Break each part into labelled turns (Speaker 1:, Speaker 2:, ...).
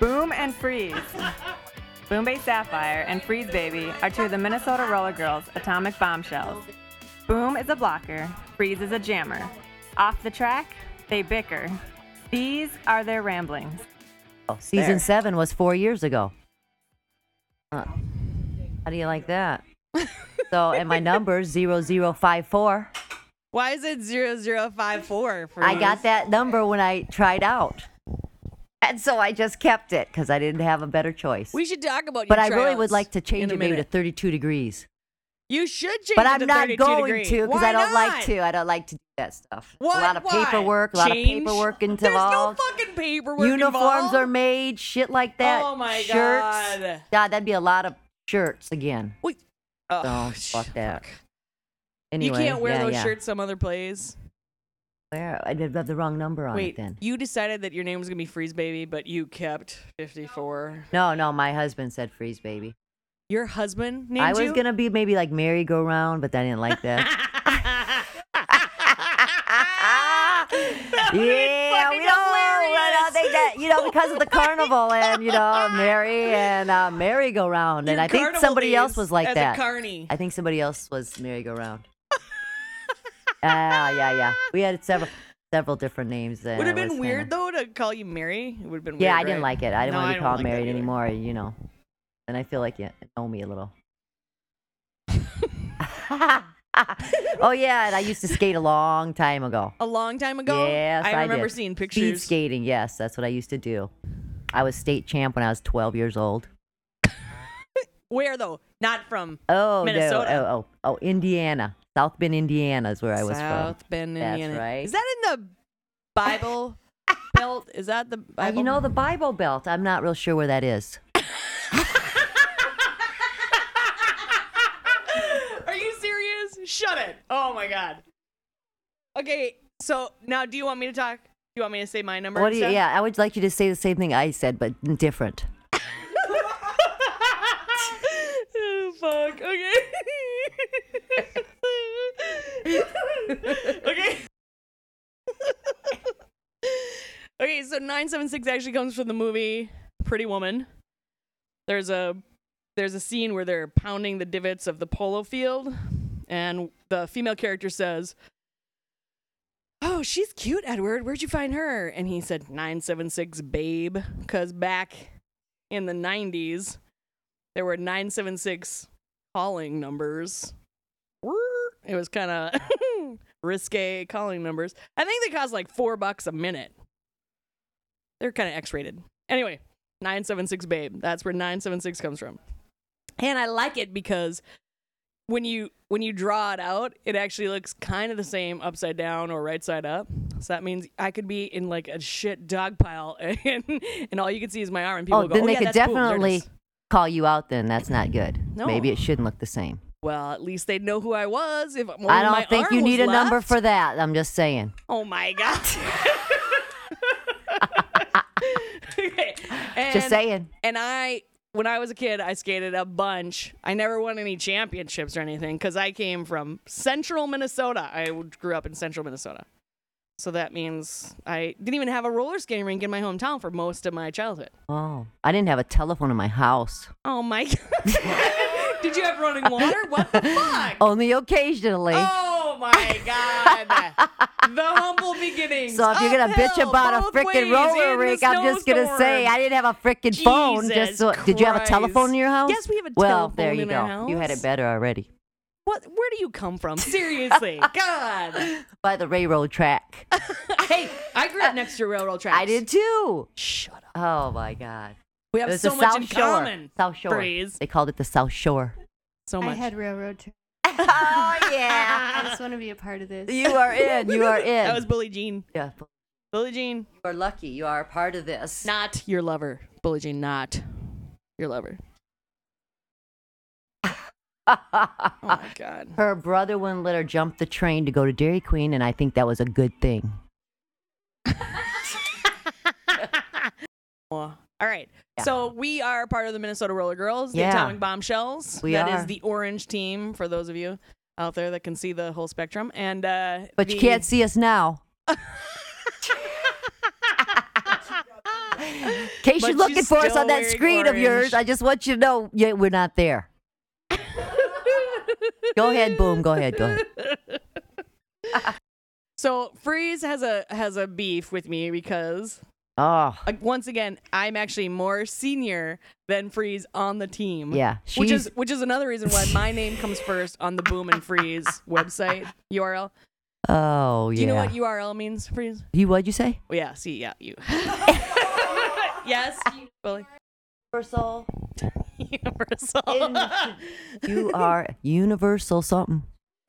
Speaker 1: Boom and Freeze. Boom Bay Sapphire and Freeze Baby are two of the Minnesota Roller Girls' atomic bombshells. Boom is a blocker, Freeze is a jammer. Off the track, they bicker. These are their ramblings.
Speaker 2: Oh, Season
Speaker 1: There.
Speaker 2: seven was four years ago. Uh, how do you like that? so, and my number zero zero five four.
Speaker 3: Why is it 0054? For
Speaker 2: I got that number when I tried out, and so I just kept it because I didn't have a better choice.
Speaker 3: We should talk about.
Speaker 2: but
Speaker 3: your
Speaker 2: I really would
Speaker 3: tryouts
Speaker 2: like to
Speaker 3: in
Speaker 2: change
Speaker 3: a
Speaker 2: it maybe to
Speaker 3: minute.
Speaker 2: thirty two degrees.
Speaker 3: You should change.
Speaker 2: But
Speaker 3: it
Speaker 2: I'm
Speaker 3: to
Speaker 2: not
Speaker 3: 32
Speaker 2: going
Speaker 3: degree.
Speaker 2: to because
Speaker 3: Why
Speaker 2: I don't like
Speaker 3: not?
Speaker 2: to. I don't like to do that stuff.
Speaker 3: What?
Speaker 2: A lot of
Speaker 3: Why?
Speaker 2: paperwork. A lot
Speaker 3: Change?
Speaker 2: of paperwork involved.
Speaker 3: There's no fucking paperwork
Speaker 2: Uniforms
Speaker 3: involved.
Speaker 2: are made. Shit like that.
Speaker 3: Oh, my
Speaker 2: Shirts.
Speaker 3: God.
Speaker 2: God, that'd be a lot of shirts again.
Speaker 3: Wait.
Speaker 2: So
Speaker 3: Oh,
Speaker 2: fuck that.
Speaker 3: You
Speaker 2: Anyway,
Speaker 3: can't wear
Speaker 2: yeah,
Speaker 3: those
Speaker 2: yeah.
Speaker 3: shirts some other place.
Speaker 2: Where I did have the wrong number on it
Speaker 3: Wait,
Speaker 2: then.
Speaker 3: you decided that your name was gonna be Freeze Baby, but you kept 54.
Speaker 2: No, no, my husband said freeze, baby.
Speaker 3: Your husband named
Speaker 2: I was
Speaker 3: you?
Speaker 2: gonna be maybe like merry go round, but I didn't like that.
Speaker 3: That
Speaker 2: Ah! yeah, we
Speaker 3: would've
Speaker 2: don't.
Speaker 3: been fucking
Speaker 2: I don't think that you know because of the carnival and you know merry and uh, merry go round, and
Speaker 3: Your
Speaker 2: I think
Speaker 3: carnival
Speaker 2: somebody else
Speaker 3: days
Speaker 2: was like
Speaker 3: as a
Speaker 2: that.
Speaker 3: carny.
Speaker 2: I think somebody else was merry go round. Ah, yeah, yeah. We had several several different names. Then
Speaker 3: Would have
Speaker 2: I was
Speaker 3: been
Speaker 2: kinda-
Speaker 3: weird though to call you Mary. It would have been
Speaker 2: Yeah,
Speaker 3: weird,
Speaker 2: I didn't
Speaker 3: right?
Speaker 2: like it. I didn't
Speaker 3: No,
Speaker 2: want to be
Speaker 3: don't
Speaker 2: called
Speaker 3: like that
Speaker 2: married
Speaker 3: either.
Speaker 2: anymore, you know. And I feel like you know me a little. oh yeah, and I used to skate a long time ago.
Speaker 3: A long time ago.
Speaker 2: Yes, I,
Speaker 3: I remember
Speaker 2: did.
Speaker 3: seeing
Speaker 2: Speed
Speaker 3: pictures.
Speaker 2: skating, yes, that's what I used to do. I was state champ when I was 12 years old.
Speaker 3: Where though? Not from
Speaker 2: Oh
Speaker 3: Minnesota.
Speaker 2: no! Oh, oh, oh, Indiana, South Bend, Indiana is where I was
Speaker 3: South
Speaker 2: from.
Speaker 3: Bend,
Speaker 2: That's
Speaker 3: Indiana.
Speaker 2: right.
Speaker 3: Is that in the Bible belt? Is that the
Speaker 2: Uh,
Speaker 3: Bible?
Speaker 2: you know the Bible Belt. I'm not real sure where that is.
Speaker 3: Are you serious? Shut it. Oh my god. Okay, so now do you want me to talk? Do you want me to say my number?
Speaker 2: What
Speaker 3: and
Speaker 2: do you?
Speaker 3: stuff?
Speaker 2: Yeah, I would like you to say the same thing I said, but different.
Speaker 3: oh, fuck. Okay. okay. okay, so 976 actually comes from the movie Pretty Woman. There's a there's a scene where they're pounding the divots of the polo field and the female character says, "Oh, she's cute, Edward. Where'd you find her?" And he said 976 babe cuz back in the 90s, there were 976 calling numbers. It was kind of risque calling numbers. I think they cost like four bucks a minute. They're kind of X rated. Anyway, 976 Babe. That's where 976 comes from. And I like it because when you when you draw it out, it actually looks kind of the same upside down or right side up. So that means I could be in like a shit dog pile and and all you can see is my arm and people
Speaker 2: oh,
Speaker 3: go,
Speaker 2: then
Speaker 3: "Oh
Speaker 2: they
Speaker 3: yeah,
Speaker 2: could
Speaker 3: that's boom, there it
Speaker 2: definitely
Speaker 3: is."
Speaker 2: call you out. Then that's not good.
Speaker 3: No.
Speaker 2: Maybe it shouldn't look the same.
Speaker 3: Well, at least they'd know who I was if only
Speaker 2: I
Speaker 3: my
Speaker 2: don't think
Speaker 3: arm
Speaker 2: you
Speaker 3: was
Speaker 2: need a number
Speaker 3: left.
Speaker 2: for that. I'm just saying.
Speaker 3: Oh my god. okay. And,
Speaker 2: just saying.
Speaker 3: And I when I was a kid, I skated a bunch. I never won any championships or anything cuz I came from central Minnesota. I grew up in central Minnesota. So that means I didn't even have a roller skating rink in my hometown for most of my childhood.
Speaker 2: Oh, I didn't have a telephone in my house.
Speaker 3: Oh my god. Did you have running water? What the fuck?
Speaker 2: Only occasionally.
Speaker 3: Oh my god. the humble beginnings.
Speaker 2: so if you're gonna bitch
Speaker 3: Uphill
Speaker 2: about a
Speaker 3: both
Speaker 2: frickin'
Speaker 3: ways
Speaker 2: roller
Speaker 3: in the
Speaker 2: rink, I'm just gonna say I
Speaker 3: snowstorm.
Speaker 2: didn't have a frickin' phone. Just
Speaker 3: Jesus
Speaker 2: so, did you have a telephone
Speaker 3: Christ.
Speaker 2: in your house?
Speaker 3: Yes, we have a
Speaker 2: well,
Speaker 3: telephone
Speaker 2: there you
Speaker 3: in
Speaker 2: go.
Speaker 3: our
Speaker 2: You had
Speaker 3: house.
Speaker 2: it better already
Speaker 3: What? Where do you come from? Seriously, God.
Speaker 2: by the railroad track.
Speaker 3: Hey, I grew up next to railroad tracks.
Speaker 2: I did too.
Speaker 3: Shut up.
Speaker 2: Oh my God.
Speaker 3: We have
Speaker 2: it was
Speaker 3: so
Speaker 2: the
Speaker 3: much
Speaker 2: South
Speaker 3: in
Speaker 2: Shore.
Speaker 3: common.
Speaker 2: South Shore.
Speaker 3: Freeze.
Speaker 2: They called it the South Shore.
Speaker 3: So
Speaker 4: I
Speaker 3: much.
Speaker 4: had railroad track.
Speaker 2: oh yeah.
Speaker 4: I just want to be a part of this.
Speaker 2: You are in. You are in.
Speaker 3: that was Billie Jean.
Speaker 2: yeah.
Speaker 3: Billie Jean,
Speaker 2: You are lucky. You are a part of this.
Speaker 3: not your lover. Billie Jean, not your lover. Oh
Speaker 2: Uh,
Speaker 3: my God.
Speaker 2: her brother wouldn't let her jump the train to go to Dairy Queen, and I think that was a good thing.
Speaker 3: Well, All right.
Speaker 2: Yeah.
Speaker 3: So we are part of the Minnesota Roller Girls,
Speaker 2: Yeah.
Speaker 3: the Atomic Bombshells.
Speaker 2: We
Speaker 3: That is
Speaker 2: are.
Speaker 3: the orange team for those of you out there that can see the whole spectrum. And uh,
Speaker 2: But you can't see us now. case
Speaker 3: But
Speaker 2: you're looking
Speaker 3: she's
Speaker 2: for us
Speaker 3: still
Speaker 2: on that
Speaker 3: wearing
Speaker 2: screen of yours,
Speaker 3: orange.
Speaker 2: I just want you to know yeah, we're not there. go ahead, boom. Go ahead. Go ahead.
Speaker 3: So Freeze has a has a beef with me because
Speaker 2: Oh,
Speaker 3: like, once again, I'm actually more senior than Freeze on the team.
Speaker 2: yeah. She's,
Speaker 3: Um, Which is which is another reason why my name comes first on the Boom and Freeze website URL.
Speaker 2: oh, yeah.
Speaker 3: Do you know what URL means, Freeze?
Speaker 2: You- what'd you say?
Speaker 3: Well, Oh, yeah, see, yeah, you. yes, Willie.
Speaker 2: Universal.
Speaker 3: Universal.
Speaker 2: You are universal something.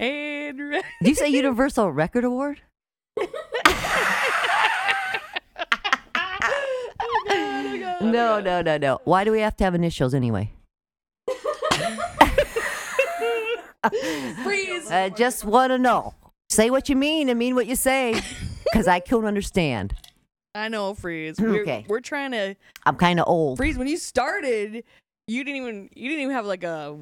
Speaker 3: and re-
Speaker 2: Did you say Universal Record Award? No, no, no, no. Why do we have to have initials anyway?
Speaker 3: Freeze.
Speaker 2: I just want to know. Say what you mean and mean what you say, because I couldn't understand.
Speaker 3: I know, Freeze. We're,
Speaker 2: Okay.
Speaker 3: we're trying to
Speaker 2: I'm kind of old.
Speaker 3: Freeze. When you started, you didn't even you didn't even have like a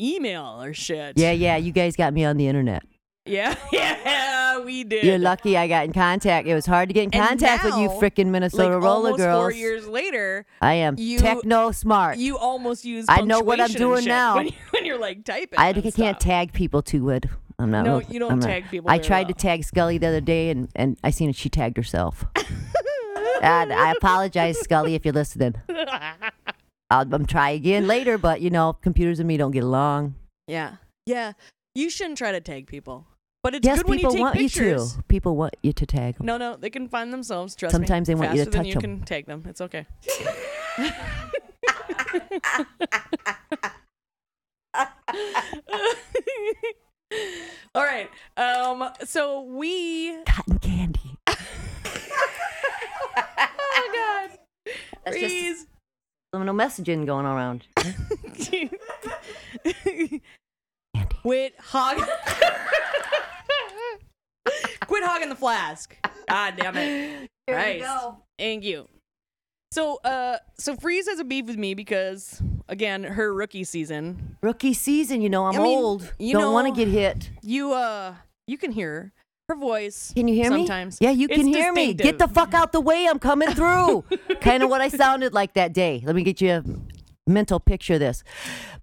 Speaker 3: email or shit.
Speaker 2: Yeah, yeah. You guys got me on the internet.
Speaker 3: yeah, yeah. We did.
Speaker 2: You're lucky I got in contact. It was hard to get in
Speaker 3: And
Speaker 2: contact with you
Speaker 3: now,
Speaker 2: freaking
Speaker 3: Like
Speaker 2: Minnesota roller
Speaker 3: almost
Speaker 2: girls.
Speaker 3: four years later,
Speaker 2: I am
Speaker 3: you-
Speaker 2: techno smart.
Speaker 3: you almost use.
Speaker 2: I know what I'm
Speaker 3: punctuation and
Speaker 2: doing
Speaker 3: shit
Speaker 2: now.
Speaker 3: When, you, when you're like typing,
Speaker 2: I,
Speaker 3: and
Speaker 2: can't
Speaker 3: stuff.
Speaker 2: tag people to it. I'm not.
Speaker 3: No,
Speaker 2: real-
Speaker 3: you don't
Speaker 2: I'm not-
Speaker 3: tag people
Speaker 2: I
Speaker 3: very
Speaker 2: tried to
Speaker 3: well.
Speaker 2: tag Scully the other day, and, and I seen it. She tagged herself. and I apologize, Scully, if you're listening. I'll, I'm try again later, but you know, computers and me don't get along.
Speaker 3: Yeah, yeah. You shouldn't try to tag people, but it's
Speaker 2: yes,
Speaker 3: good when you
Speaker 2: people
Speaker 3: take
Speaker 2: want
Speaker 3: pictures.
Speaker 2: you to. People want you to tag 'em.
Speaker 3: No, no, they can find themselves. Trust
Speaker 2: Sometimes
Speaker 3: me.
Speaker 2: they want you to
Speaker 3: Faster than
Speaker 2: touch
Speaker 3: you
Speaker 2: 'em.
Speaker 3: can take them. It's okay. All right. Um. So we.
Speaker 2: Cotton candy.
Speaker 3: Oh God.
Speaker 2: That's just-
Speaker 3: Please.
Speaker 2: Subliminal messaging going around. Candy.
Speaker 3: Quit hog. Quit hogging the flask. God damn it. Christ. Thank you. So, uh, so Freeze has a beef with me because, again, her rookie season.
Speaker 2: Rookie season, you know, I'm
Speaker 3: I mean,
Speaker 2: old.
Speaker 3: you
Speaker 2: don't want to
Speaker 3: know-
Speaker 2: get hit.
Speaker 3: You, uh, you can hear her voice.
Speaker 2: Can you hear me?
Speaker 3: sometimes.
Speaker 2: Yeah, you
Speaker 3: It's
Speaker 2: can hear me. Get the
Speaker 3: distinctive.
Speaker 2: fuck out the way. I'm coming through. kind of what I sounded like that day. Let me get you a mental picture of this.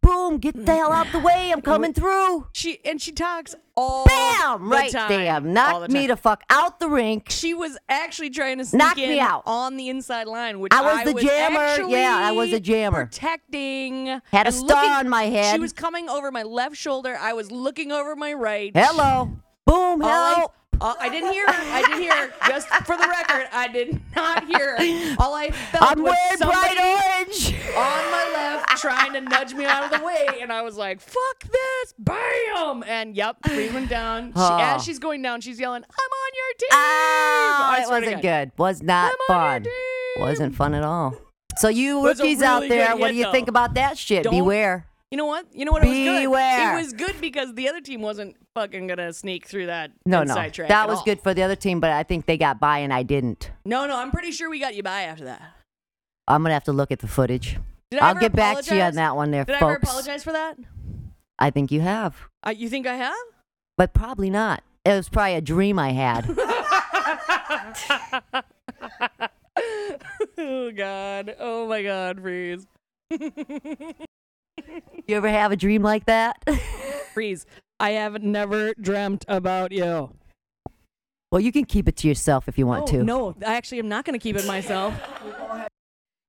Speaker 2: Boom, get the hell out the way. I'm coming through.
Speaker 3: She and she talks all
Speaker 2: Bam!
Speaker 3: the
Speaker 2: right
Speaker 3: time,
Speaker 2: there. Knock
Speaker 3: all the
Speaker 2: me
Speaker 3: time.
Speaker 2: the fuck out the rink.
Speaker 3: She was actually trying to sneak
Speaker 2: Knock
Speaker 3: in
Speaker 2: me out.
Speaker 3: on the inside line, which
Speaker 2: I was the jammer.
Speaker 3: actually
Speaker 2: Yeah, I was the jammer.
Speaker 3: Protecting.
Speaker 2: Had a
Speaker 3: and
Speaker 2: star
Speaker 3: looking-
Speaker 2: on my head.
Speaker 3: She was coming over my left shoulder. I was looking over my right.
Speaker 2: Hello. Boom,
Speaker 3: All I-
Speaker 2: help.
Speaker 3: all- I, didn't hear her. I didn't hear her. Just for the record, I did not hear her. All I felt
Speaker 2: I'm
Speaker 3: was
Speaker 2: wearing
Speaker 3: somebody
Speaker 2: bright orange.
Speaker 3: on my left trying to nudge me out of the way, and I was like, "Fuck this!" Bam! And yep, we went down. She,
Speaker 2: Oh.
Speaker 3: As she's going down, she's yelling, "I'm on your team!"
Speaker 2: Oh,
Speaker 3: I
Speaker 2: it
Speaker 3: swear to
Speaker 2: wasn't
Speaker 3: God.
Speaker 2: good. Was not
Speaker 3: I'm
Speaker 2: fun.
Speaker 3: on your team.
Speaker 2: Wasn't fun at all. So you
Speaker 3: Was a
Speaker 2: rookies out
Speaker 3: really good
Speaker 2: there, what
Speaker 3: hit,
Speaker 2: do you
Speaker 3: though.
Speaker 2: think about that shit?
Speaker 3: Don't-
Speaker 2: Beware.
Speaker 3: You know what? You know what? It was good.
Speaker 2: Beware.
Speaker 3: It was good because the other team wasn't fucking gonna sneak through that.
Speaker 2: No, no,
Speaker 3: inside track
Speaker 2: that
Speaker 3: at
Speaker 2: was
Speaker 3: all.
Speaker 2: good for the other team, but I think they got by and I didn't.
Speaker 3: No, no, I'm pretty sure we got you by after that.
Speaker 2: I'm gonna have to look at the footage.
Speaker 3: Did I
Speaker 2: I'll
Speaker 3: ever
Speaker 2: get back to you on
Speaker 3: apologize?
Speaker 2: that one, there,
Speaker 3: Did I ever
Speaker 2: folks.
Speaker 3: apologize for that?
Speaker 2: I think you have,
Speaker 3: Uh, you think I have?
Speaker 2: but probably not. It was probably a dream I had.
Speaker 3: oh God! Oh my God! Freeze!
Speaker 2: you ever have a dream like that?
Speaker 3: Freeze! I have never dreamt about you.
Speaker 2: well, you can keep it to yourself if you want to.
Speaker 3: Oh, No, I actually am not going to keep it myself.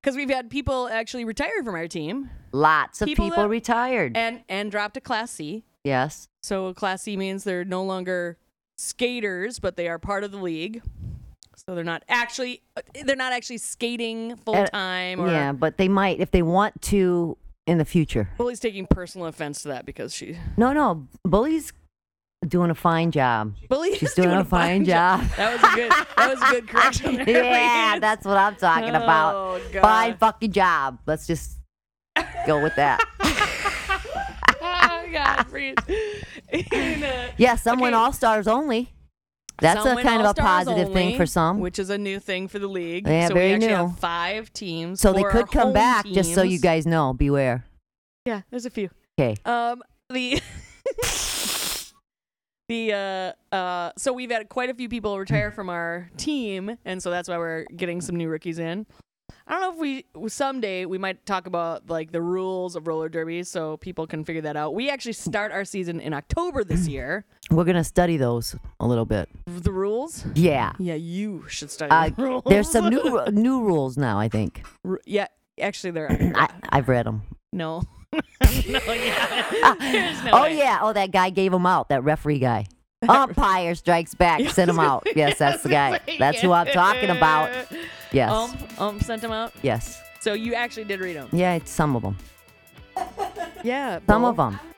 Speaker 3: Because we've had people actually retire from our team
Speaker 2: Lots of
Speaker 3: People
Speaker 2: people,
Speaker 3: that-
Speaker 2: retired.
Speaker 3: and and drop to Class C.
Speaker 2: yes.
Speaker 3: So Class C means they're no longer skaters, but they are part of the league. So they're not actually they're not actually skating full time. Or
Speaker 2: Yeah, but they might if they want to in the future.
Speaker 3: Bully's taking personal offense to that because she
Speaker 2: No, no, bully's doing a fine job.
Speaker 3: Bully
Speaker 2: She's
Speaker 3: is
Speaker 2: doing a fine job.
Speaker 3: That was a good that was a good correction. there,
Speaker 2: yeah,
Speaker 3: ladies.
Speaker 2: that's what I'm talking about.
Speaker 3: Oh, God.
Speaker 2: Fine fucking job. Let's just go with that.
Speaker 3: oh, God, freeze. And, uh,
Speaker 2: Yeah, some win
Speaker 3: Okay.
Speaker 2: all stars only. That's
Speaker 3: Some
Speaker 2: a
Speaker 3: win
Speaker 2: kind of a
Speaker 3: All-Stars
Speaker 2: positive
Speaker 3: only,
Speaker 2: thing for some.
Speaker 3: which is a new thing for the league.
Speaker 2: Yeah,
Speaker 3: so
Speaker 2: very
Speaker 3: we actually
Speaker 2: new.
Speaker 3: have five teams.
Speaker 2: so they
Speaker 3: four are
Speaker 2: could come
Speaker 3: home
Speaker 2: back, just so you
Speaker 3: teams.
Speaker 2: guys know. Beware.
Speaker 3: Um, Yeah, there's a few.
Speaker 2: Okay.
Speaker 3: Um, the The uh, uh, so we've had quite a few people retire from our team, and so that's why we're getting some new rookies in. I don't know if we someday we might talk about like the rules of roller derby, so people can figure that out. We actually start our season in October this year.
Speaker 2: We're gonna study those a little bit.
Speaker 3: The rules?
Speaker 2: Yeah.
Speaker 3: Yeah, you should study
Speaker 2: Uh,
Speaker 3: the rules.
Speaker 2: There's some new ru- new rules now. I think
Speaker 3: Ru- yeah, actually there. Are.
Speaker 2: I, I've read them.
Speaker 3: No. no, yeah. There's no
Speaker 2: oh
Speaker 3: way.
Speaker 2: yeah. Oh, that guy gave him out. That referee guy. Umpire strikes back. Send him out. Yes, that's the guy. That's who I'm talking about. Yes.
Speaker 3: Ump, ump Um, sent him out.
Speaker 2: yes.
Speaker 3: So you actually did read him.
Speaker 2: Yeah. It's some of them.
Speaker 3: Yeah.
Speaker 2: Some of them.